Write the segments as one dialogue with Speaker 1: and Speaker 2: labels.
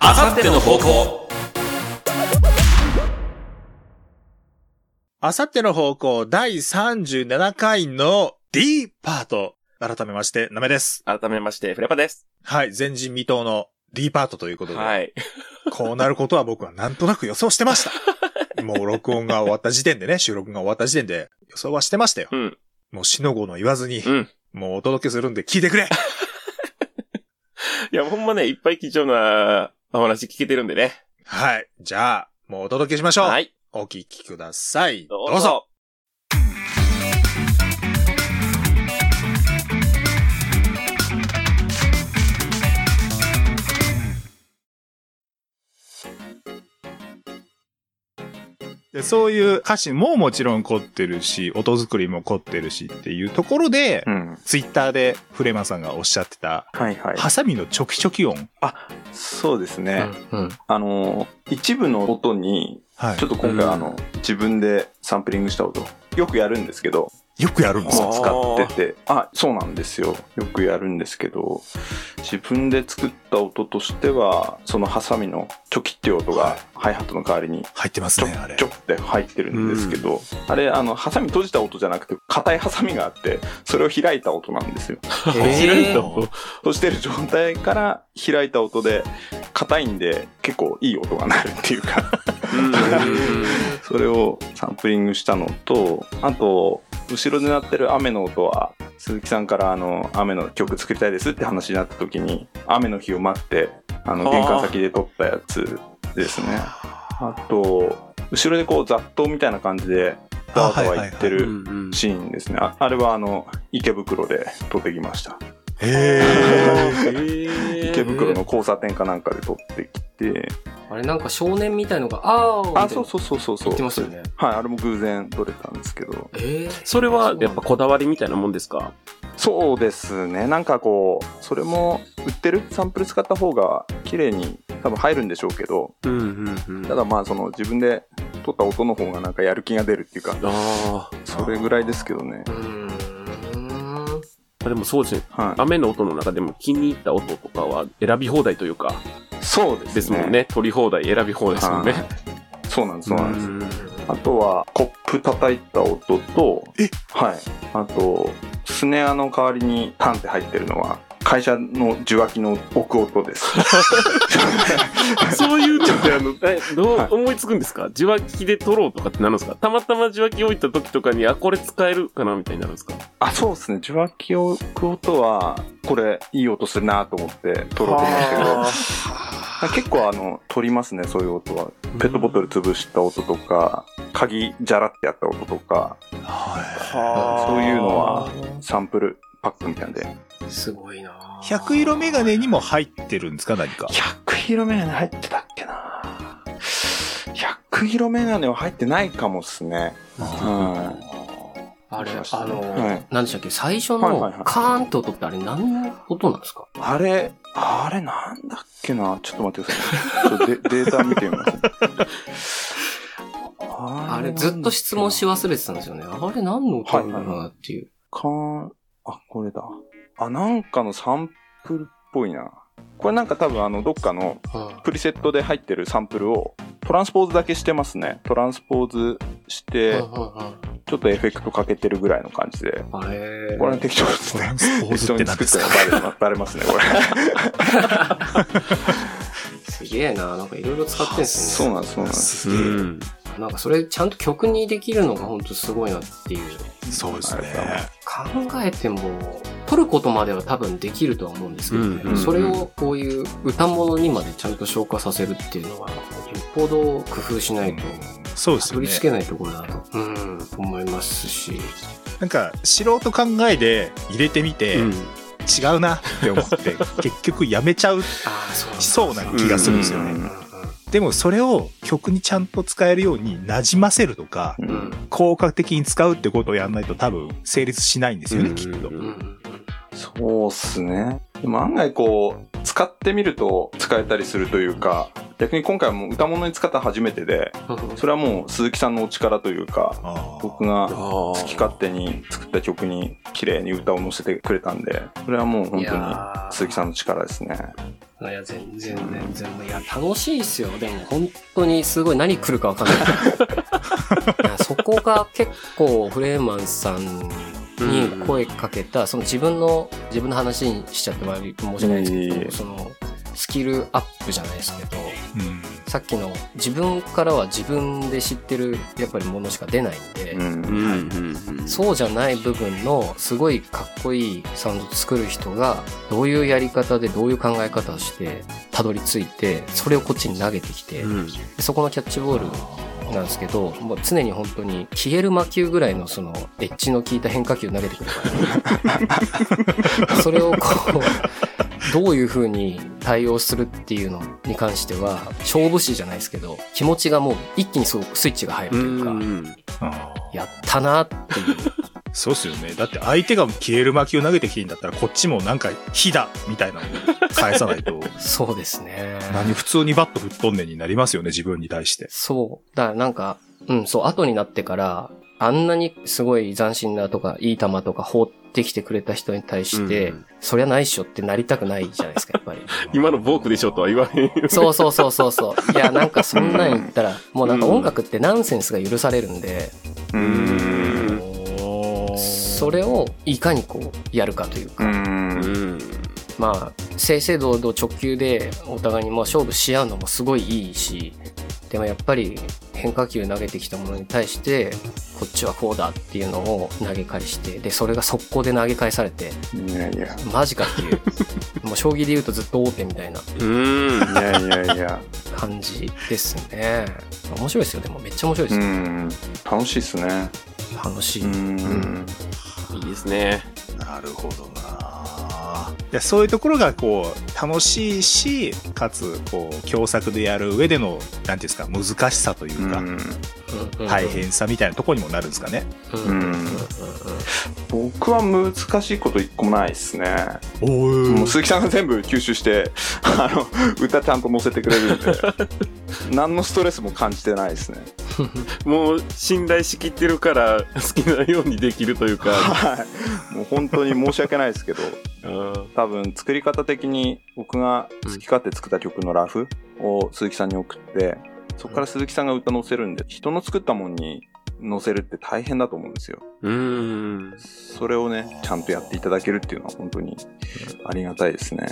Speaker 1: かっての方向
Speaker 2: あさっての方向第37回の D パート。改めまして、なめです。
Speaker 1: 改めまして、フレパです。
Speaker 2: はい、前人未到の D パートということで、
Speaker 1: はい。
Speaker 2: こうなることは僕はなんとなく予想してました。 もう録音が終わった時点でね、収録が終わった時点で予想はしてましたよ。
Speaker 1: うん。
Speaker 2: もう死の語の言わずに、
Speaker 1: うん。
Speaker 2: もうお届けするんで聞いてくれ
Speaker 1: いや、ほんまね、いっぱい貴重なお話聞けてるんでね。
Speaker 2: はい、じゃあ、もうお届けしましょう。
Speaker 1: はい。
Speaker 2: お聞きください。ど
Speaker 1: ど
Speaker 2: うぞ
Speaker 1: うぞ。
Speaker 3: でそういう歌詞ももちろん凝ってるし、音作りも凝ってるしっていうところで、
Speaker 1: うん。
Speaker 3: ツイッターでフレマさんがおっしゃってた、
Speaker 4: はいはい。
Speaker 3: ハサミのチョキチョキ音。
Speaker 4: そうです
Speaker 1: う
Speaker 4: ね。
Speaker 1: ん。
Speaker 4: あの、一部の音に、
Speaker 3: は
Speaker 4: ちょっと今回、
Speaker 1: うん
Speaker 4: あの、自分でサンプリングした音、よくやるんですけど、
Speaker 3: い。よくやるんです
Speaker 1: あ
Speaker 3: よ。
Speaker 4: 使ってて、あ、そうなんですよ。よくやるんですけど、自分で作った音としては、そのハサミのチョキっていう音
Speaker 3: は
Speaker 4: が
Speaker 3: い、
Speaker 4: ハイハットの代わりに、
Speaker 3: 入ってます
Speaker 4: チ
Speaker 3: ね、あ
Speaker 4: ョ
Speaker 3: れ
Speaker 4: キチョ。キって入ってるんですけど、あれ、あの、ハサミ閉じた音じゃなくて、硬いハサミがあって、それを開いた音なんですよ。
Speaker 1: えー
Speaker 4: 閉じてる状態から開いた音で硬いんで結構いい音が鳴るっていうかそれをサンプリングしたのとあと後ろで鳴ってる雨の音は鈴木さんからあの雨の曲作りたいですって話になった時に雨の日を待ってあの
Speaker 1: あー
Speaker 4: 玄関先で撮ったやつですねあと後ろでこう雑踏みたいな感じでざわざわ言ってる
Speaker 1: うん
Speaker 4: シーンですねああれはあの池袋で撮ってきました
Speaker 3: へ ー。
Speaker 4: 池袋の交差点かなんかで撮ってきて、
Speaker 5: あれなんか少年みたいのが、あー
Speaker 4: あ、そうそうそうそうそう。
Speaker 5: 言ってますよね。
Speaker 4: はい、あれも偶然撮れたんですけど。
Speaker 5: えー
Speaker 1: それはやっぱこだわりみたいなもんですか
Speaker 4: そうですね。なんかこう、それも売ってるサンプル使った方が綺麗に多分入るんでしょうけど、
Speaker 1: うんうんうん
Speaker 4: ただまあその自分で撮った音の方がなんかやる気が出るっていうか、
Speaker 1: あ
Speaker 4: それぐらいですけどね
Speaker 5: う。ーん。
Speaker 1: あ。でもそうですね。
Speaker 4: は
Speaker 1: 雨の音の中でも気に入った音とかは選び放題というか、
Speaker 4: い。そうですね。
Speaker 1: ですもんね。取り放題、選び放題ですもんね。
Speaker 4: はい。そうなんです、そうなんです。
Speaker 1: ん
Speaker 4: あとは、コップ叩いた音と
Speaker 3: え、
Speaker 4: はい。あと、スネアの代わりにタンって入ってるのは、会社の受話器の置く音です。
Speaker 1: そういうのって、あの、えど
Speaker 4: はいう
Speaker 1: 思いつくんですか受話器で取ろうとかってなるんですかたまたま受話器置いた時とかに、あ、これ使えるかなみたいになるんですか
Speaker 4: あ、そうですね。受話器を置く音は、これ、いい音するなと思って、撮ろうと思うんですけど、結構、あの、撮りますね、そういう音は。ペットボトル潰した音とか、鍵、じゃらってやった音とか、そういうのは、サンプル、パックみたいなんで。
Speaker 5: すごいなぁ
Speaker 3: 百色メガネにも入ってるんですか、何か。
Speaker 4: 100色メガネ入ってたっけな100色メガネは入ってないかもっすね。は
Speaker 5: あれ、
Speaker 4: 来ました
Speaker 5: あの、
Speaker 4: はい
Speaker 5: なんでしたっけ最初
Speaker 4: はいはいは
Speaker 5: の
Speaker 4: い
Speaker 5: カーンと音ってあれ何の音なんですか
Speaker 4: い。あれ、あれなんだっけなちょっと待ってくださいね。ちょっと デデータ見てみます。
Speaker 5: あ
Speaker 4: あ
Speaker 5: れずっと質問し
Speaker 4: は。
Speaker 5: 忘れてたんですよね。あれ何の音なのかなっていう。
Speaker 4: かん、あ、これだ。あ、なんかのサンプルっぽいな。これなんか多分あの、どっかの
Speaker 5: うん
Speaker 4: プリセットで入ってるサンプルをトランスポーズだけしてますね。トランスポーズして、
Speaker 5: うんうんうん
Speaker 4: ちょっとエフェクトかけてるぐらいの感じで。
Speaker 5: あれ
Speaker 4: これは適当です
Speaker 3: トラ
Speaker 4: ね。
Speaker 3: ンスポー
Speaker 4: 適
Speaker 3: ズっ
Speaker 4: 当
Speaker 3: て何
Speaker 4: に作
Speaker 3: で
Speaker 4: っ
Speaker 3: す
Speaker 4: た
Speaker 3: から
Speaker 4: バレますバレます ね、これ。
Speaker 5: すげえななんかいろいろ使ってんです
Speaker 4: そ
Speaker 5: ね。
Speaker 4: うなんです、そうなんです。
Speaker 3: す
Speaker 1: う
Speaker 3: げえ
Speaker 1: ん。
Speaker 5: なんかそれちゃんと曲にできるのがほんとすごいなっていう。
Speaker 3: そうですね。
Speaker 5: 考えても、撮ることまでは多分できるとは思うんですけどね。
Speaker 1: うんうんうん
Speaker 5: それをこういう歌物にまでちゃんと消化させるっていうのは、よっぽど工夫しないと、
Speaker 3: そうです
Speaker 5: た
Speaker 3: よ
Speaker 5: どり
Speaker 3: ね
Speaker 5: 着。けないところだと、うん、思いますし。
Speaker 3: なんか、素人考えで入れてみて、
Speaker 1: うん
Speaker 3: 違うなって思って、結局やめちゃう、
Speaker 5: ああ、そうなん
Speaker 3: しそ
Speaker 5: だ
Speaker 3: うな気がするんですよね。
Speaker 4: うん
Speaker 3: でもそれを曲にちゃんと使えるように馴染ませるとか、
Speaker 4: う
Speaker 5: うんうんん
Speaker 3: 効果的に使うってことをやんないと多分成立しないんですよね、
Speaker 1: うん
Speaker 3: きっと。
Speaker 5: うんうん
Speaker 4: そうっすね。でも案外こう、使ってみると使えたりするというか、逆に今回はもう歌物に使ったの初めてで、
Speaker 5: うんうん
Speaker 4: それはもう鈴木さんのお力というか、
Speaker 3: あー
Speaker 4: 僕が
Speaker 1: 好
Speaker 4: 好き勝手に作った曲に綺麗に歌を乗せてくれたんで、それはもう
Speaker 5: い
Speaker 4: 本
Speaker 5: や
Speaker 4: 当に
Speaker 5: ー
Speaker 4: 鈴木さんの力ですね。
Speaker 5: いや、全然、全然、もういや、楽しいっすよ。でも、本当にすごい何来るかわかん ない。いやそこが結構、フレーマンさんに声かけた、その自分の、自分の話にしちゃって悪い申し訳ないん
Speaker 4: いえ
Speaker 5: です
Speaker 4: い
Speaker 5: け
Speaker 4: え
Speaker 5: ど、その、スキルアップじゃないですけど、
Speaker 3: うん。
Speaker 5: さっきの自分からは自分で知ってる、やっぱりものしか出ないんで、
Speaker 4: うん
Speaker 1: んうん
Speaker 5: そうじゃない部分のすごいかっこいいサウンドを作る人がどういうやり方でどういう考え方をしてたどり着いてそれをこっちに投げてきて、
Speaker 1: うん
Speaker 5: でそこのキャッチボールなんですけどもう常に本当に消える魔球ぐらいのそのエッジの効いた変化球投げてくる から、それをこうどういう風に対応するっていうのに関しては勝負師じゃないですけど気持ちがもう一気にすごくスイッチが入ると
Speaker 1: う
Speaker 5: いうか、
Speaker 1: ん
Speaker 3: あー
Speaker 5: やったなっていう。
Speaker 3: そうっすよね。だって相手が消える巻きを投げてきてんだったら、こっちもなんか火だみたいなのを返さないと、
Speaker 5: そうですね。
Speaker 3: 何普通にバット吹っ飛んでになりますよね、自分に対して。
Speaker 5: そう。だからなんか、うん、そう、後になってから、あんなにすごい斬新なとか、いい球とか放ってきてくれた人に対して、
Speaker 1: うん
Speaker 5: そりゃないっしょってなりたくないじゃないですか、やっぱり。
Speaker 1: 今のボークでしょとは言わへんよ。
Speaker 5: そうそうそうそうそう。いや、なんかそんなん言ったら、もうなんか音楽ってナンセンスが許されるんで、
Speaker 4: うんうん
Speaker 1: ん
Speaker 5: それをいかにこう、やるかというか、
Speaker 1: うん
Speaker 5: まあ、正々堂々直球でお互いにまあ勝負し合うのもすごいいいし、でもやっぱり変化球投げてきたものに対して、こっちはこうだっていうのを投げ返して、で、それが速攻で投げ返されて、
Speaker 4: いやいや
Speaker 5: マジかっ ていう、もう将棋で言うとずっと王手みたいな
Speaker 1: うん
Speaker 4: いやいやいや
Speaker 5: 感じですね。面白いですよ、でもめっちゃ面白いで
Speaker 4: う
Speaker 5: すよ。
Speaker 4: ん楽しいっすね
Speaker 5: 楽しい。
Speaker 4: うん
Speaker 1: いいですね。
Speaker 3: なるほどなでそういうところがこう楽しいしかつこう共作でやる上での何ていうんですか難しさというか、
Speaker 4: うん
Speaker 5: うんうん
Speaker 3: 大。変さみたいなところにもなるんですかね、
Speaker 5: うんうんうんうんうん
Speaker 4: 僕は難しいこと一個もないっすね
Speaker 3: お
Speaker 4: もう鈴木さんが全部吸収して あの歌ちゃんと載せてくれるんで何のストレスも感じてないですね
Speaker 1: もう信頼しきってるから好きなようにできるというか。
Speaker 4: はいもう本当に申し訳ないですけど
Speaker 1: うん
Speaker 4: 多分作り方的に僕が好き勝手作った曲のラフを鈴木さんに送ってそこから鈴木さんが歌載せるんで人の作ったもんに載せるって大変だと思うんですよ
Speaker 1: うん。
Speaker 4: それをねちゃんとやっていただけるっていうのは本当にありがたいですね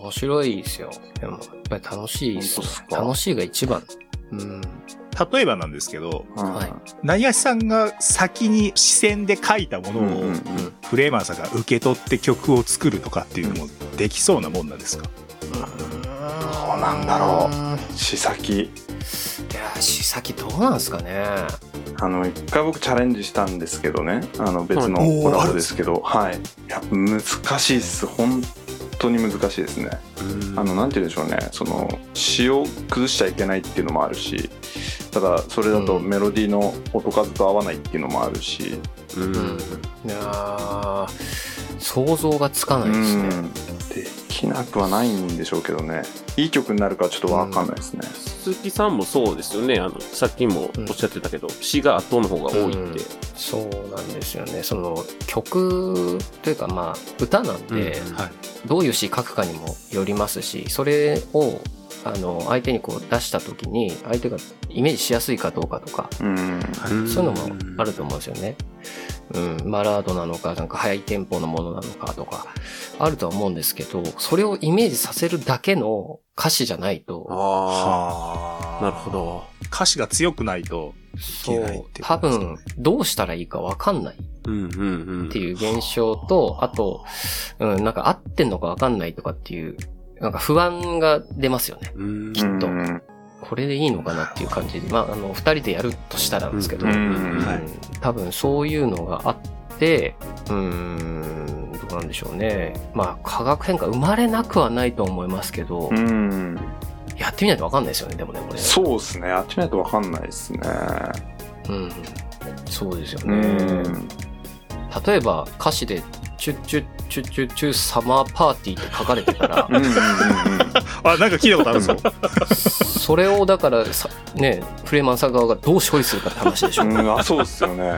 Speaker 5: 面白いですよ。でも、やっぱり楽しいっす
Speaker 4: 本
Speaker 5: ね
Speaker 4: 当っすか
Speaker 5: 楽しいが一番。うん。
Speaker 3: 例えばなんですけど
Speaker 4: うん
Speaker 5: はい
Speaker 3: 内橋さんが先に視線で書いたも
Speaker 4: うんう
Speaker 3: のを
Speaker 4: ん
Speaker 3: フレーマーさんが受け取って曲を作るとかっていうのもできそうなもんなんですか、
Speaker 4: どうなんだろうし先
Speaker 5: いやー、し先どうなんですかね。
Speaker 4: あの一回僕チャレンジしたんですけどねあの別の
Speaker 3: はいおー
Speaker 4: コラボですけどはいいや難しいっす本当に難しいですねあの、なんて言うんでしょうね、その、詞を崩しちゃいけないっていうのもあるし、ただ、それだと
Speaker 5: うん
Speaker 4: メロディーの音数と合わないっていうのもあるし、
Speaker 1: うん。
Speaker 5: いやー想像がつかな
Speaker 4: う
Speaker 5: いですね。
Speaker 4: ん、できなくはないんでしょうけどね、いい曲になるかはちょっとわかんないですね。
Speaker 1: 鈴木さんもそうですよね。あの、さっきもおっしゃってたけど、詩が後の方が多いって。
Speaker 5: そうなんですよね。その曲というかまあ歌なんて
Speaker 1: うん
Speaker 3: はい
Speaker 5: どういう詩書くかにもよりますし、それをあの相手にこう出した時に相手がイメージしやすいかどうかとか
Speaker 4: うん、
Speaker 5: そういうのもあると思うんですよね。うん、マラードなのか、なんか速いテンポのものなのかとか、あるとは思うんですけど、それをイメージさせるだけの歌詞じゃないと、
Speaker 1: あ
Speaker 3: は
Speaker 1: あ。なるほど。
Speaker 3: 歌詞が強くないと
Speaker 5: そ
Speaker 3: いけないっ
Speaker 5: う、
Speaker 3: ていう
Speaker 5: 多
Speaker 3: ことですね
Speaker 5: 分、どうしたらいいかわかんない
Speaker 1: うんうんうん。
Speaker 5: っていう現象と、あと、うん、なんか合ってんのかわかんないとかっていう、なんか不安が出ますよね。
Speaker 1: うん。
Speaker 5: きっと
Speaker 4: うん
Speaker 5: これでいいのかなっていう感じで、まあ、あの、二人でやるとしたらなんですけど、
Speaker 1: うん
Speaker 4: うん
Speaker 3: はい
Speaker 5: 多分そういうのがあって、うーん、どうなんでしょうね。まあ、化学変化生まれなくはないと思いますけど、
Speaker 4: うん、
Speaker 5: やってみないとわかんないですよね、でもね、これ。
Speaker 4: そうですね、あっちないとわかんないですね。
Speaker 5: うん。そうですよ
Speaker 4: う
Speaker 5: ね。
Speaker 4: ん、
Speaker 5: 例えば歌詞でチュッチュッチュッチュッチュッサマーパーティーって書かれてたら
Speaker 4: う、んうんうんうん
Speaker 3: あ、なんか聞いたことあるぞ。
Speaker 5: それをだからさ、ね、フレーマンさん側がどう処理するかって話でしょ。
Speaker 4: うん、あそうっすよね。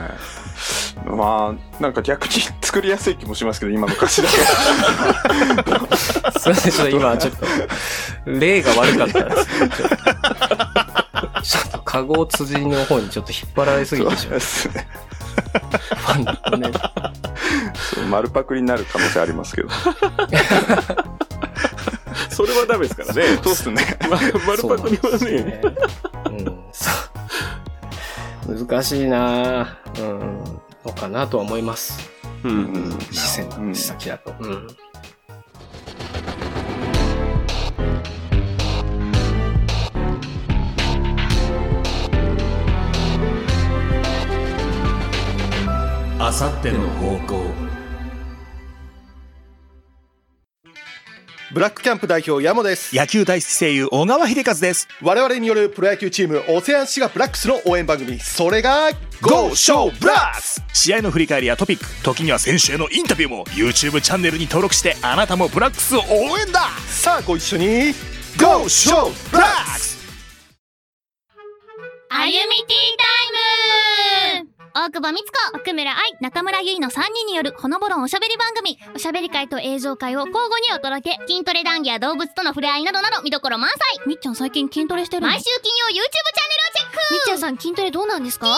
Speaker 4: まあ、なんか逆に作りやすい気もしますけど、今の歌詞だ
Speaker 5: すいま せん、ちょっと今、ちょっと、例が悪かったですね。ちょっと、ちょっと、カゴ辻の方にちょっと引っ張られすぎ
Speaker 4: と。
Speaker 5: てし
Speaker 4: そうで
Speaker 5: まう。
Speaker 4: すね。
Speaker 5: ファンのね。
Speaker 4: そう丸パクリになる可能性ありますけど。
Speaker 1: それはダメですからね。
Speaker 4: そうっすね。
Speaker 1: ま丸パクリは
Speaker 5: そ
Speaker 1: ね。
Speaker 5: うなんですよね。うん、そう。難しいなぁうん、のかなとは思います。
Speaker 1: う。
Speaker 4: うんん
Speaker 5: 視線
Speaker 4: う、ん
Speaker 5: 視先だと。うん。
Speaker 2: あさっての方向
Speaker 6: ブラックキャンプ代表ヤモです
Speaker 2: 野球大好き声優小川秀和です
Speaker 6: 我々によるプロ野球チームオセアンシガブラックスの応援番組それが
Speaker 2: GO SHOW BLAST! 試合の振り返りやトピック時には選手へのインタビューも YouTube チャンネルに登録してあなたもブラックスを応援だ
Speaker 6: さあご一緒に
Speaker 2: GO SHOW BLAST!
Speaker 7: あゆみティータイム大久保美津子、奥村愛、中村ゆいの3人によるほのぼろんおしゃべり番組。おしゃべり会と映像会を交互にお届け。筋トレ談義や動物との触れ合いなどなど見どころ満載。みっちゃん最近筋トレしてる毎週金曜 YouTube チャンネルをチェックみっちゃんさん筋トレどうなんですか聞いてね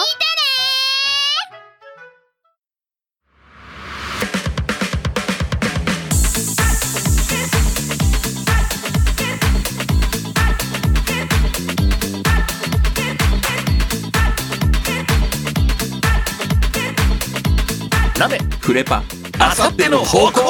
Speaker 2: 鍋
Speaker 8: フレパ
Speaker 2: あさっての方向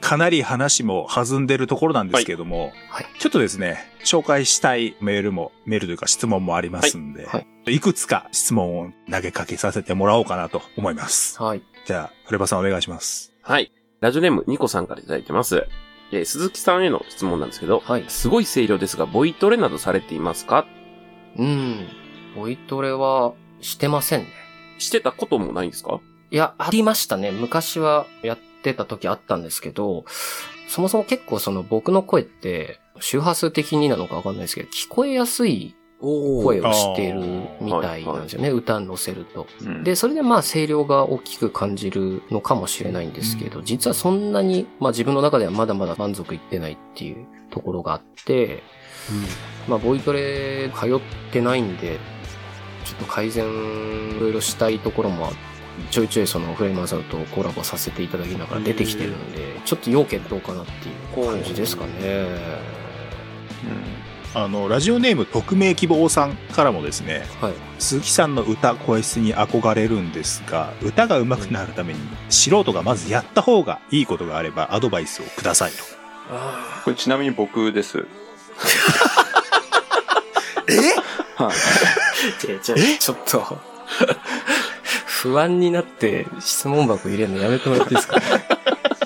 Speaker 3: かなり話も弾んでるところなんですけども、
Speaker 5: はい
Speaker 3: ちょっとですね、紹介したいメールも、メールというか質問もありますんで、
Speaker 5: はい
Speaker 3: くつか質問を投げかけさせてもらおうかなと思います。
Speaker 5: はい。
Speaker 3: じゃあ、フレバさんお願いします。
Speaker 1: はい。ラジオネームニコさんからいただいてます。えー鈴木さんへの質問なんですけど、
Speaker 5: はい
Speaker 1: すごい声量ですが、ボイトレなどされていますか
Speaker 5: うん。ボイトレはしてませんね。
Speaker 1: してたこともないんですか
Speaker 5: いや、ありましたね。昔はやってた時あったんですけど、そもそも結構その僕の声って、周波数的になのかわかんないですけど、聞こえやすい声をしてるみたいなんですよね。歌に乗せると。
Speaker 4: うん
Speaker 5: で、それでまあ声量が大きく感じるのかもしれないんですけど、実はそんなに、まあ自分の中ではまだまだ満足いってないっていうところがあって、まあボイトレ通ってないんで、ちょっと改善いろいろしたいところもちょいちょいそのフレーマーさんとコラボさせていただきながら出てきてるんで、ちょっと要検討かなっていう感じですかね。
Speaker 3: あの、ラジオネーム匿名希望さんからもですね、
Speaker 5: はい。
Speaker 3: 鈴木さんの歌、声質に憧れるんですが、歌が上手くなるために、素人がまずやった方がいいことがあればアドバイスをくださいと。
Speaker 4: これちなみに僕です。えはい。
Speaker 5: ちょっと、 不安になって質問箱入れるのやめてもらっていいですか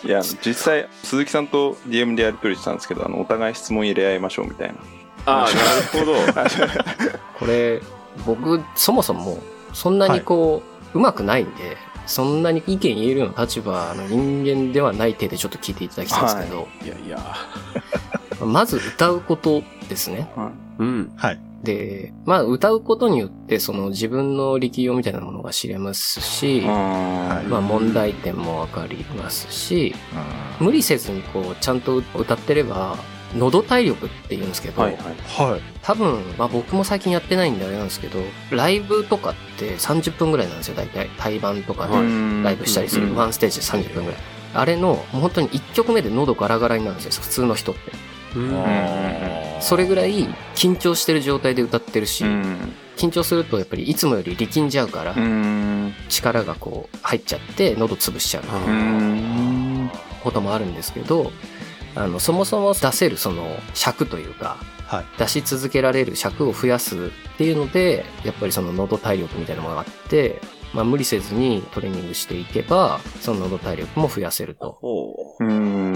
Speaker 4: いや、実際、鈴木さんと DM でやり取りしたんですけど、あの、お互い質問入れ合いましょうみたいな。
Speaker 1: ああ、なるほど。
Speaker 5: これ、僕、そもそも、そんなにこう、上手くないんで、そんなに意見言えるような立場の人間ではない手でちょっと聞いていただきたいんですけど、
Speaker 4: いやいや。
Speaker 5: まず歌うことですね。
Speaker 1: うん。
Speaker 5: で、まあ歌うことによってその自分の力量みたいなものが知れますし、
Speaker 4: はい。
Speaker 5: まあ問題点もわかりますし、無理せずにこうちゃんと歌ってれば、喉体力って言うんですけど、
Speaker 4: はいはい。
Speaker 3: はい。
Speaker 5: 多分、まあ僕も最近やってないんであれなんですけど、ライブとかって30分ぐらいなんですよ、大体。対バンとかでライブしたりする。ワンステージで30分ぐらい。あれの、もう本当に1曲目で喉ガラガラになるんですよ、普通の人って。
Speaker 1: うん
Speaker 5: それぐらい緊張してる状態で歌ってるし、
Speaker 4: うん。
Speaker 5: 緊張するとやっぱりいつもより力んじゃうから
Speaker 4: う、ん。
Speaker 5: 力がこう入っちゃって喉潰しちゃう
Speaker 4: うん。
Speaker 5: こともあるんですけど、あの、そもそも出せるその尺というか、
Speaker 3: はい
Speaker 5: 出し続けられる尺を増やすっていうので、やっぱりその喉体力みたいなものがあって、まあ無理せずにトレーニングしていけば、その喉体力も増やせると。
Speaker 4: うん。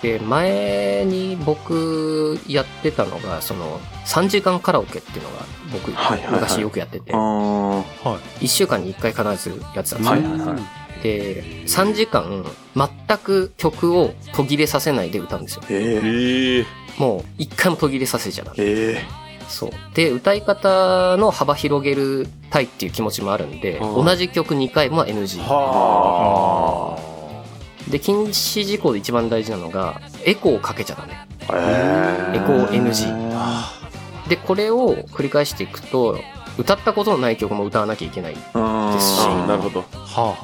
Speaker 5: で、前に僕やってたのが、その、3時間カラオケっていうのが僕、
Speaker 4: はいはいはい
Speaker 5: 昔よくやってて、
Speaker 4: あ
Speaker 5: 1週間に1回必ずやってたんですよ。
Speaker 4: はいはいはい
Speaker 5: で、3時間全く曲を途切れさせないで歌うんですよ。
Speaker 4: ええ
Speaker 1: ええ
Speaker 5: もう1回も途切れさせちゃダメ。
Speaker 4: ええ
Speaker 5: そう。で、歌い方の幅広げるたいっていう気持ちもあるんで、
Speaker 1: うん
Speaker 5: 同じ曲2回も NG。
Speaker 4: は
Speaker 5: で、禁止事項で一番大事なのが、エコーをかけちゃダメ。
Speaker 4: あえ
Speaker 5: エコー NG で、これを繰り返していくと、歌ったことのない曲も歌わなきゃいけない。
Speaker 4: うん
Speaker 5: ですし
Speaker 1: あーなるほど。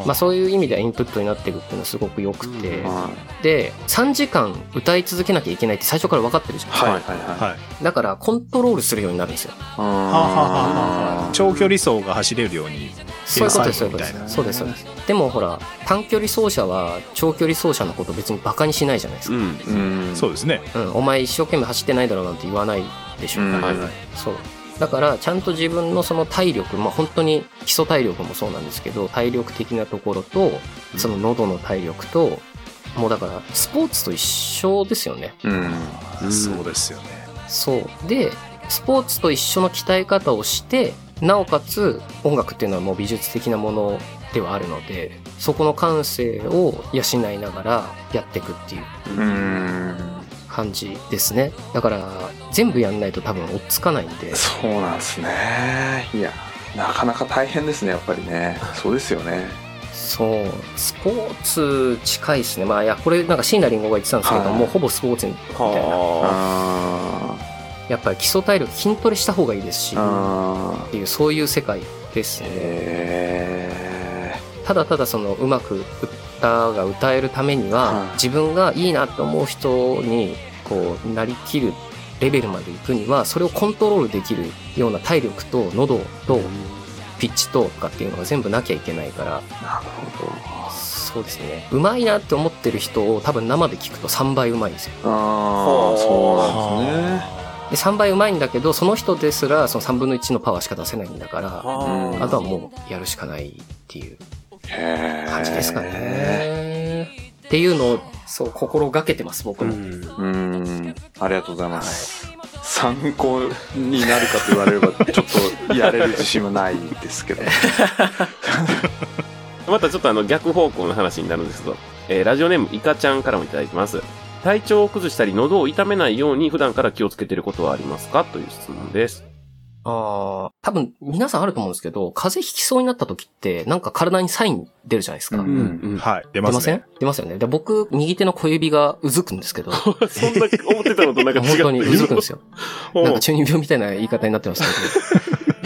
Speaker 5: まあそういう意味ではインプットになっていくっていうのはすごく良くて。
Speaker 4: はい
Speaker 5: で、3時間歌い続けなきゃいけないって最初から分かってるじゃん。
Speaker 4: はいはい
Speaker 5: だからコントロールするようになるんですよ。
Speaker 4: はい
Speaker 3: 長距離走が走れるように。
Speaker 5: そういうことです、そ
Speaker 3: 計算
Speaker 5: ういうことで
Speaker 3: み
Speaker 5: す
Speaker 3: たい。な
Speaker 5: そうです、そうです。でもほら、短距離走者は長距離走者のこと別にバカにしないじゃないです
Speaker 1: う
Speaker 5: か。
Speaker 1: ん。
Speaker 4: うん
Speaker 3: そうですね。
Speaker 5: うん、お前一生懸命走ってないだろうなんて言わないでしょ。
Speaker 4: うんはい
Speaker 5: そう。だから、ちゃんと自分のその体力、まあ本当に基礎体力もそうなんですけど、体力的なところと、その喉の体力と、もうだから、スポーツと一緒ですよね。
Speaker 4: うん
Speaker 3: そうですよね。
Speaker 5: そう。で、スポーツと一緒の鍛え方をして、なおかつ音楽っていうのはもう美術的なものではあるので、そこの感性を養いながらやっていくっていう
Speaker 4: うん
Speaker 5: 感じですね。だから、全部やんないと多分追っつかないんで。
Speaker 4: そうなんですねいやなかなか大変ですねやっぱりねそうですよね
Speaker 5: そう。スポーツ近いですね。まあ、いや、これなんか椎名林檎が言ってたんですけど、
Speaker 4: はい
Speaker 5: もうほぼスポーツみたいな。
Speaker 1: は
Speaker 4: あ
Speaker 5: やっぱり基礎体力、筋トレした方がいいですし、
Speaker 4: ーあ
Speaker 5: っていう、そういう世界ですね。
Speaker 4: え
Speaker 5: ただただそのうまく歌が歌えるためには、
Speaker 4: はい
Speaker 5: 自分がいいなと思う人にこうなりきるレベルまで行くにはそれをコントロールできるような体力と喉とピッチとかっていうのが全部なきゃいけないから
Speaker 4: ーなるほど
Speaker 5: そうですねうまいなって思ってる人を多分生で聞くと3倍うまいんですよ
Speaker 4: ああそうなんですね
Speaker 5: で3倍うまいんだけどその人ですらその3分の1のパワーしか出せないんだから
Speaker 4: うん
Speaker 5: あとはもうやるしかないっていう
Speaker 4: へー
Speaker 5: 感じですかね。っていうのを、そう、心がけてます、僕
Speaker 1: あ。う
Speaker 5: も。
Speaker 1: ん。
Speaker 4: うんありがとうございます、参考になるかと言われればちょっとやれる自信はないですけど
Speaker 1: またちょっとあの逆方向の話になるんですけど、えーラジオネームイカちゃんからもいただいてます。体調を崩したり喉を痛めないように普段から気をつけてることはありますかという質問です。
Speaker 5: ああ、多分皆さんあると思うんですけど、風邪ひきそうになった時って、なんか体にサイン出るじゃないですか。
Speaker 4: うん
Speaker 1: うん。
Speaker 3: はい。出
Speaker 5: 出
Speaker 3: ま
Speaker 5: ますせ
Speaker 3: ね
Speaker 5: ん。出ますよね。で、僕、右手の小指がうずくんですけ ど、本
Speaker 1: そんな思ってたのとなんか違って
Speaker 5: 当にうずくん ですよ。
Speaker 1: うん
Speaker 5: なんか中二病みたいな言い方になってます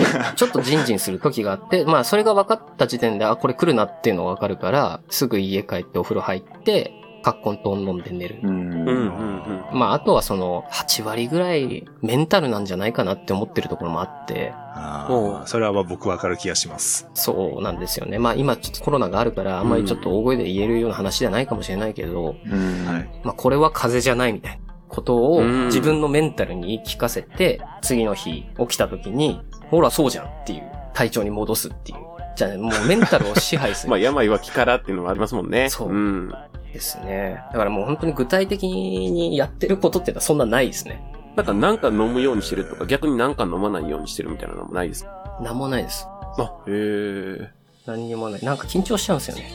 Speaker 5: けど。 ちょっとジンジンする時があって、まあそれが分かった時点で、あ、これ来るなっていうのが分かるから、すぐ家帰ってお風呂入って、カッコントン飲んで寝る。
Speaker 4: うん
Speaker 1: うんうんうん。
Speaker 5: まあ、あとはその、8割ぐらいメンタルなんじゃないかなって思ってるところもあって、
Speaker 3: あ
Speaker 1: お
Speaker 3: ー
Speaker 1: う
Speaker 3: それは僕わかる気がします。
Speaker 5: そうなんですよね。まあ、今ちょっとコロナがあるから、あんまりちょっと大声で言えるような話じゃないかもしれないけど、
Speaker 4: うんはい
Speaker 5: まあ、これは風邪じゃないみたいなことを
Speaker 1: うん
Speaker 5: 自分のメンタルに言い聞かせて、次の日起きた時に、ほら、そうじゃんっていう、体調に戻すっていう。じゃあね、もうメンタルを支配す る。
Speaker 1: まあ、病は気からっていうのもありますもんね。
Speaker 5: そう
Speaker 1: うん。
Speaker 5: ですね。だからもう本当に具体的にやってることってのはそんなないですね。
Speaker 1: なんか、なんか飲むようにしてるとか、逆になんか飲まないようにしてるみたいなのもないですか
Speaker 5: なんもないです。
Speaker 1: あ、へえ。
Speaker 5: 何にもない。なんか緊張しちゃうんですよね。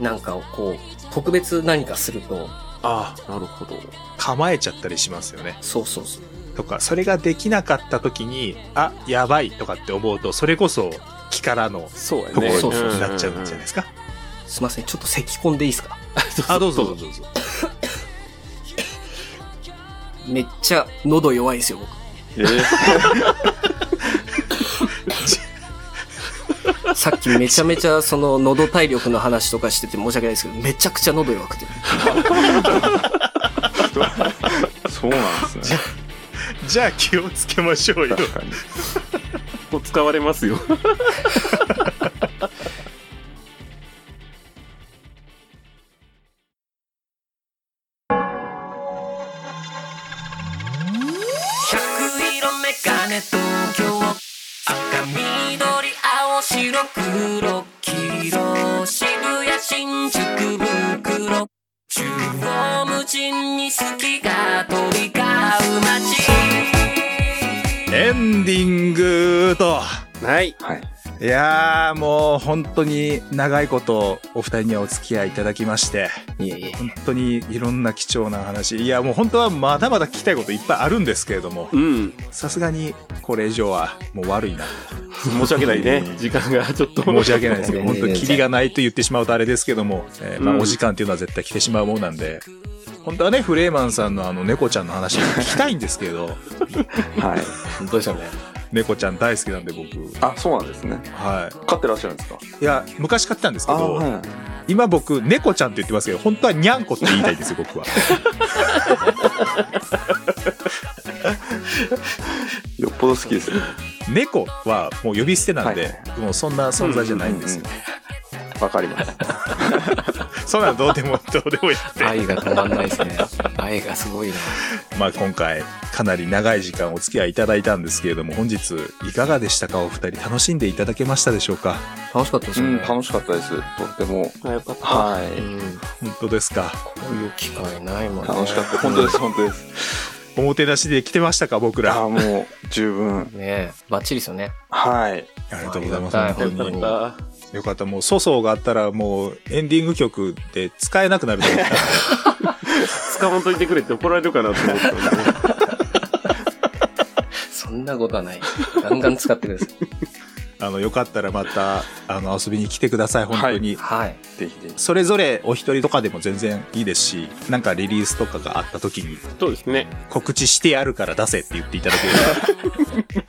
Speaker 5: なんかをこう、特別何かすると、
Speaker 1: ああ、なるほど。
Speaker 3: 構えちゃったりしますよね。
Speaker 5: そうそうそう。
Speaker 3: とか、それができなかった時に、あ、やばいとかって思うと、それこそ気からの
Speaker 1: そうやね。
Speaker 3: ところ
Speaker 5: そうそう
Speaker 3: になっちゃうんじゃないですか。
Speaker 5: すいません、ちょっと咳込んでいいですか
Speaker 3: あ、どうぞどうぞどうぞ。
Speaker 5: めっちゃ喉弱いですよ、僕。
Speaker 1: えー
Speaker 5: さっきめちゃめちゃその喉体力の話とかしてて申し訳ないですけど、めちゃくちゃ喉弱くて。
Speaker 4: そうなんですね
Speaker 3: じゃあ気をつけましょうよ。
Speaker 4: 確かに
Speaker 1: こう使われますよ。
Speaker 8: 百色メガネ東京赤緑青白黒黄色渋谷新宿袋中央無尽に進
Speaker 2: はい。
Speaker 4: はい。
Speaker 3: いやー、もう本当に長いことお二人にはお付き合いいただきまして、
Speaker 5: いえいえ。
Speaker 3: 本当にいろんな貴重な話。いや、もう本当はまだまだ聞きたいこといっぱいあるんですけれども、
Speaker 1: うん。
Speaker 3: さすがにこれ以上はもう悪いな。
Speaker 1: 申し訳ないね。時間がちょっと。
Speaker 3: 申し訳ないですけど、本当にキリがないと言ってしまうとあれですけども、えーまあ
Speaker 1: うん
Speaker 3: お時間っていうのは絶対来てしまうもんなんで、本当はね、フレーマンさんのあの猫ちゃんの話聞きたいんですけど、
Speaker 4: はい。
Speaker 5: どうしたのね。
Speaker 3: 猫ちゃん大好きなんで僕、
Speaker 4: あ、そうなんですね。
Speaker 3: は
Speaker 4: 飼ってらっしゃるんですか
Speaker 3: い。いや、昔飼ってたんですけど、
Speaker 4: はい。
Speaker 3: 今僕、猫ちゃんって言ってますけど、本当はにゃんこって言いたいんですよ、僕は。
Speaker 4: よっぽど好きですね。
Speaker 3: 猫はもう呼び捨てなんで、もうそんな存在じゃないんですよ。
Speaker 4: わかります。
Speaker 3: そんなのどうでも、どうでもいい って。
Speaker 5: 愛が止まんないですね。 愛がすごいな。
Speaker 3: まあ今回、かなり長い時間お付き合いいただいたんですけれども、本日、いかがでしたかお二人、楽しんでいただけましたでしょうか
Speaker 5: 楽しかったです
Speaker 4: う
Speaker 5: よ
Speaker 4: ん、
Speaker 5: ね。
Speaker 4: 楽しかったです。とっても。
Speaker 1: あよかった。
Speaker 5: う
Speaker 4: は
Speaker 5: ん。
Speaker 3: 本当ですか。
Speaker 5: こういう機会ないもん
Speaker 4: い。
Speaker 5: ね。
Speaker 4: 楽しかった。本当です、本当です。
Speaker 3: おもてなしで来てましたか僕
Speaker 4: いや
Speaker 3: ら。
Speaker 4: ー、もう、十分。
Speaker 5: ねえ、バッチリですよね。
Speaker 4: はい。
Speaker 3: ありがとうございます。
Speaker 5: ありがたい
Speaker 3: 本当
Speaker 1: よ
Speaker 3: に。
Speaker 1: かった。
Speaker 3: よかった。もう、粗相があったら、もう、エンディング曲で使えなくなると思 った。
Speaker 1: 使わんといてくれって怒られるかなと思ったんでね。
Speaker 5: そんなことはない。ガンガン使っ てください。
Speaker 3: あの、よかったらまた、あの、遊びに来てください、本当に。
Speaker 5: はい。
Speaker 4: ぜひぜひ。
Speaker 3: それぞれお一人とかでも全然いいですし、なんかリリースとかがあった時に
Speaker 1: そうですね。
Speaker 3: 告知してやるから出せって言っていただけれ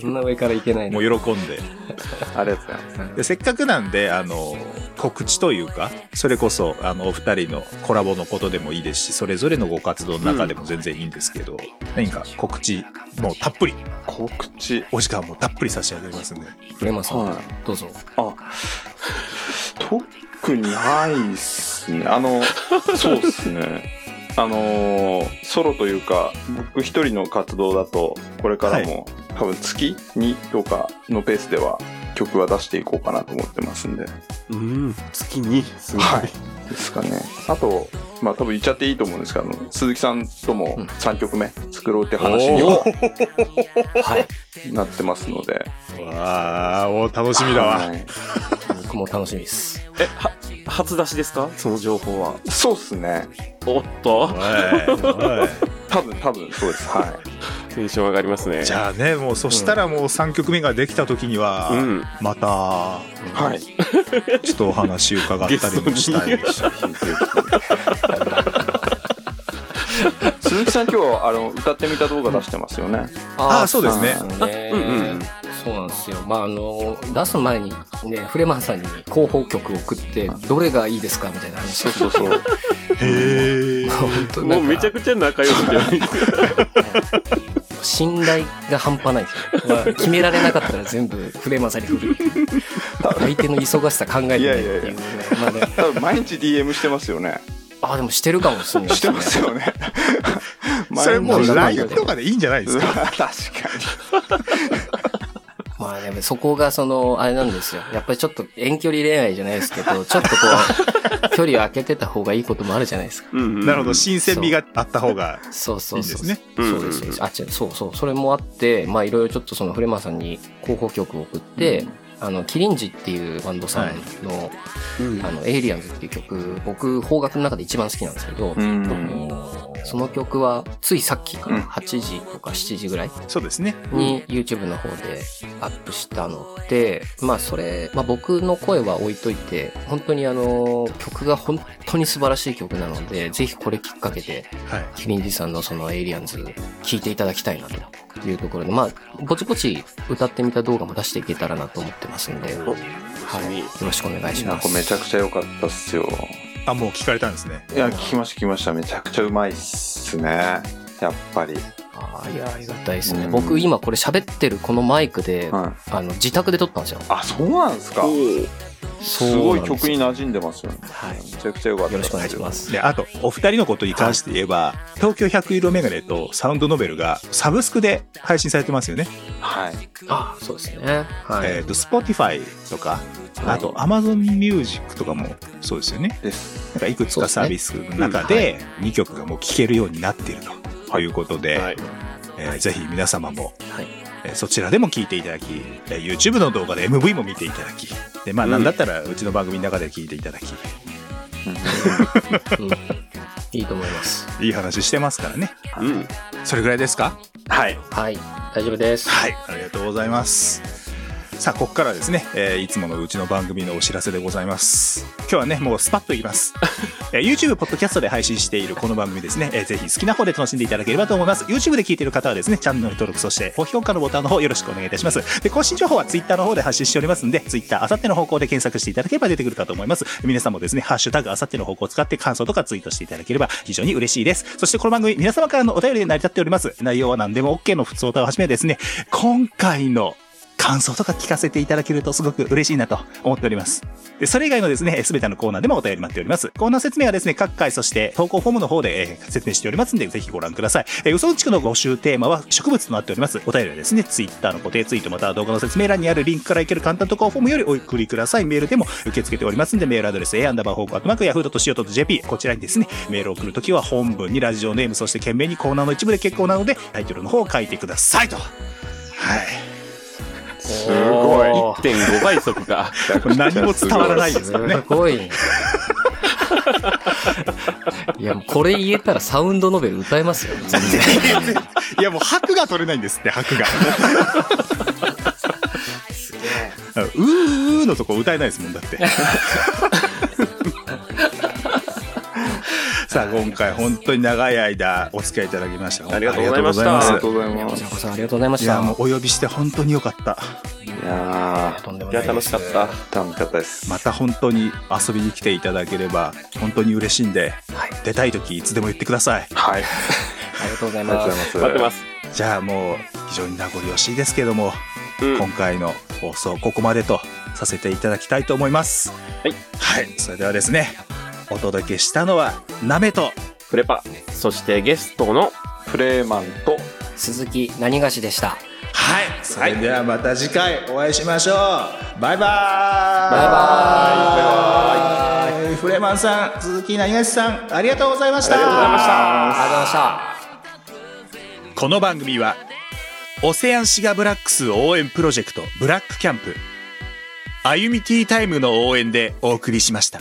Speaker 5: そんな上からいけない
Speaker 3: ば、も
Speaker 5: の。
Speaker 3: う喜んで。
Speaker 4: ありがとうございます。
Speaker 3: でせっかくなんで、あの、告知というか、それこそ、あの、お二人のコラボのことでもいいですし、それぞれのご活動の中でも全然いいんですけど、何か告知、もうたっぷり、
Speaker 4: 告知。
Speaker 3: お時間もたっぷり差し上げますんで。
Speaker 5: フレマさん、
Speaker 4: は
Speaker 5: どうぞ。
Speaker 4: あ、特にないっすね。あ の、そうっすね。あのーソロというか、僕一人の活動だと、これからも、多分月2とかのペースでは曲は出していこうかなと思ってますんで。
Speaker 1: うん。月に。すごい。
Speaker 4: はい。ですかね。あと、まあ多分言っちゃっていいと思うんですけど、あの鈴木さんとも
Speaker 5: うん
Speaker 4: 3曲目作ろうって話には なってますので。
Speaker 3: わあ、もう楽しみだわ。
Speaker 4: はい
Speaker 5: 僕も楽しみです。
Speaker 1: 初出しですかその情報は。
Speaker 4: そうっすね。
Speaker 1: おっと。
Speaker 3: おいおい
Speaker 4: 多分、多分、そうです。はい。
Speaker 1: テンション上がりますね。
Speaker 3: じゃあね、もうそしたらもう3曲目ができた時には、
Speaker 1: うん。
Speaker 3: また、
Speaker 4: はい。
Speaker 3: ちょっとお話伺ったりもしたいし。
Speaker 4: 鈴木さん今日、あの、歌ってみた動画出してますよね。
Speaker 3: ああ、そうですね。
Speaker 5: あのね
Speaker 1: うんうんうん
Speaker 5: そうなんですよ。まあ、あの、出す前にね、フレマンさんに候補曲を送って、どれがいいですかみたいな話
Speaker 4: そうそう そう。
Speaker 3: へえ。
Speaker 5: 本当な
Speaker 1: もうんめちゃ
Speaker 5: か
Speaker 1: くちゃ仲良くてないですか。
Speaker 5: 信頼が半端ないですよ、まあ、決められなかったら全部フレマンさんに振るって いう相手の忙しさ考えてないっ
Speaker 4: い
Speaker 5: ていう
Speaker 4: やいや
Speaker 5: ね
Speaker 4: い
Speaker 5: まあね
Speaker 4: 多分毎日 DM してますよね。
Speaker 5: あでもしてるかもしれないで
Speaker 4: して
Speaker 5: すね
Speaker 4: ますよね。
Speaker 3: それも
Speaker 5: 毎
Speaker 3: う
Speaker 5: 日
Speaker 3: LINE とかでいいんじゃないです
Speaker 4: 確
Speaker 3: か
Speaker 4: か
Speaker 5: まあね、そこがその、あれなんですよ。やっぱりちょっと遠距離恋愛じゃないですけど、ちょっとこう、距離を空けてた方がいいこともあるじゃないですか。
Speaker 1: うんうん
Speaker 3: なるほど、新鮮味があった方が
Speaker 5: そうそ
Speaker 3: いいうで
Speaker 5: そう。
Speaker 3: すね。
Speaker 1: うん
Speaker 5: そうですそうです。あ、違う、そうそう。それもあって、まあいろいろちょっとそのフレマさんに広報曲を送って、あの、キリンジっていうバンドさんの、あの、エイリアンズっていう曲、僕、邦楽の中で一番好きなんですけど、
Speaker 4: に。
Speaker 5: その曲はついさっきかな、8時とか7時ぐらい
Speaker 3: そうですね。
Speaker 5: に YouTube の方でアップしたので、まあそれ、まあ僕の声は置いといて、本当にあの、曲が本当に素晴らしい曲なので、ぜひこれきっかけで、
Speaker 3: はい。
Speaker 5: キリンジさんのそのエイリアンズ聴いていただきたいなというところで、まあ、ぼちぼち歌ってみた動画も出していけたらなと思ってますんで、
Speaker 1: お
Speaker 5: はい、よろしくお願いし
Speaker 4: なん
Speaker 5: ます。
Speaker 4: かめちゃくちゃ良かったっすよ。
Speaker 3: あ、もう聞かれたんですね。
Speaker 4: いや、聞きました、聞きました。めちゃくちゃうまいっすね。やっぱり。
Speaker 5: あーいや、ありがたいですね。
Speaker 4: うん
Speaker 5: 僕今これ喋ってるこのマイクで、
Speaker 4: はい。
Speaker 5: あの、自宅で撮ったんですよ。
Speaker 4: あ、そうなんですか。す
Speaker 5: そう
Speaker 4: ご
Speaker 5: ないんです
Speaker 4: 曲に馴染んでますよね。
Speaker 5: はい
Speaker 4: めちゃくちゃ良かった
Speaker 5: よ
Speaker 4: っ。
Speaker 5: ろしくお願いしますす。
Speaker 3: で、あと、お二人のことに関して言えば、東京100色メガネとサウンドノベルがサブスクで配信されてますよね。
Speaker 4: はい。
Speaker 5: あーそうですね。はい。
Speaker 3: えっ、と、Spotify とか、あと Amazon Music とかもそうですよね。
Speaker 4: です。
Speaker 3: なんかいくつかサービスの中で2曲がもう聴けるようになっているということで、
Speaker 1: はい。
Speaker 3: えーぜひ皆様も
Speaker 5: はい
Speaker 3: えーそちらでも聞いていただき、えー YouTube の動画で MV も見ていただき、で、まあ、
Speaker 1: うん
Speaker 3: なんだったら、うちの番組の中で聞いていただき、
Speaker 5: うんいいと思います。
Speaker 3: いい話してますからね。
Speaker 1: うん。
Speaker 3: それぐらいですか
Speaker 4: はい。
Speaker 5: はい。大丈 夫です。
Speaker 3: はい、ありがとうございます。さあ、ここからはですね、えーいつものうちの番組のお知らせでございます。今日はね、もうスパッといきます。 えー YouTube、ポッドキャストで配信しているこの番組ですね、えーぜひ好きな方で楽しんでいただければと思います。YouTube で聞いている方はですね、チャンネル登録、そして高評価のボタンの方よろしくお願いいたします。で、更新情報は Twitter の方で発信しておりますんで、Twitter、あさっての方向で検索していただければ出てくるかと思います。皆さんもですね、ハッシュタグ、あさっての方向を使って感想とかツイートしていただければ非常に嬉しいです。そしてこの番組、皆様からのお便りで成り立っております。内容は何でも OK の普通歌をはじめですね、今回の感想とか聞かせていただけるとすごく嬉しいなと思っております。でそれ以外のですね、すべてのコーナーでもお便り待っております。コーナー説明はですね、各回そして投稿フォームの方で、えー説明しておりますので、ぜひご覧ください。えー、嘘うんちくの募集テーマは植物となっております。お便りはですね、Twitter の固定ツイートまたは動画の説明欄にあるリンクからいける簡単投稿フォームよりお送りください。メールでも受け付けておりますので、メールアドレス a アンダーバー方向アットマーク yahoo.co.jp こちらにですね、メールを送るときは本文にラジオネーム、そして懸命にコーナーの一部で結構なので、タイトルの方を書いてくださいと。はい。
Speaker 5: す
Speaker 4: ごい
Speaker 1: 1.5倍速か。
Speaker 3: これ 何も伝わらないです
Speaker 5: す
Speaker 3: からね。
Speaker 5: ごいね。いや、もうこれ言えたらサウンドノベル歌えますよ。全然
Speaker 3: いやもう白が取れないんですって白が。うーうーのとこ歌えないですもん だって。さあ今回本当に長い間お付き合いいただきました。
Speaker 1: ありがとうございました
Speaker 3: あり
Speaker 4: あり
Speaker 3: がと
Speaker 4: がと
Speaker 3: う
Speaker 4: うございま
Speaker 5: こち
Speaker 4: す
Speaker 5: ら。こそありがとうございま
Speaker 3: ございますい
Speaker 5: し
Speaker 3: や
Speaker 5: た。
Speaker 3: もうお呼びして本当に良かった。
Speaker 4: いや
Speaker 5: とんでも
Speaker 1: い
Speaker 5: な
Speaker 1: や、
Speaker 5: いで
Speaker 1: 楽し
Speaker 5: す。
Speaker 1: かった。
Speaker 4: ー、楽しかったです。
Speaker 3: また本当に遊びに来ていただければ本当に嬉しいんで、出たい時いつでも言ってください。
Speaker 4: はい。
Speaker 5: ありがとうござい
Speaker 4: ありがとうご
Speaker 5: ま
Speaker 4: ざい
Speaker 5: す。
Speaker 4: ます。
Speaker 1: 待ってます。
Speaker 3: じゃあもう非常に名残惜しいですけども。
Speaker 1: うん。
Speaker 3: 今回の放送ここまでとさせていただきたいと思います
Speaker 1: はい、
Speaker 3: はい、それではですねお届けしたのはなめと
Speaker 1: フレパ。そしてゲストの、
Speaker 4: フレーマンと、
Speaker 5: 鈴木何がしでした。
Speaker 3: はいそれではまた次回お会いしましょうバイバーイバイバイフレマンさん鈴木なにがしさんありがとうございましたありがとうございました
Speaker 5: ありがとうございました。
Speaker 3: この番組はオセアンシガブラックス応援プロジェクトブラックキャンプ歩みティータイムの応援でお送りしました。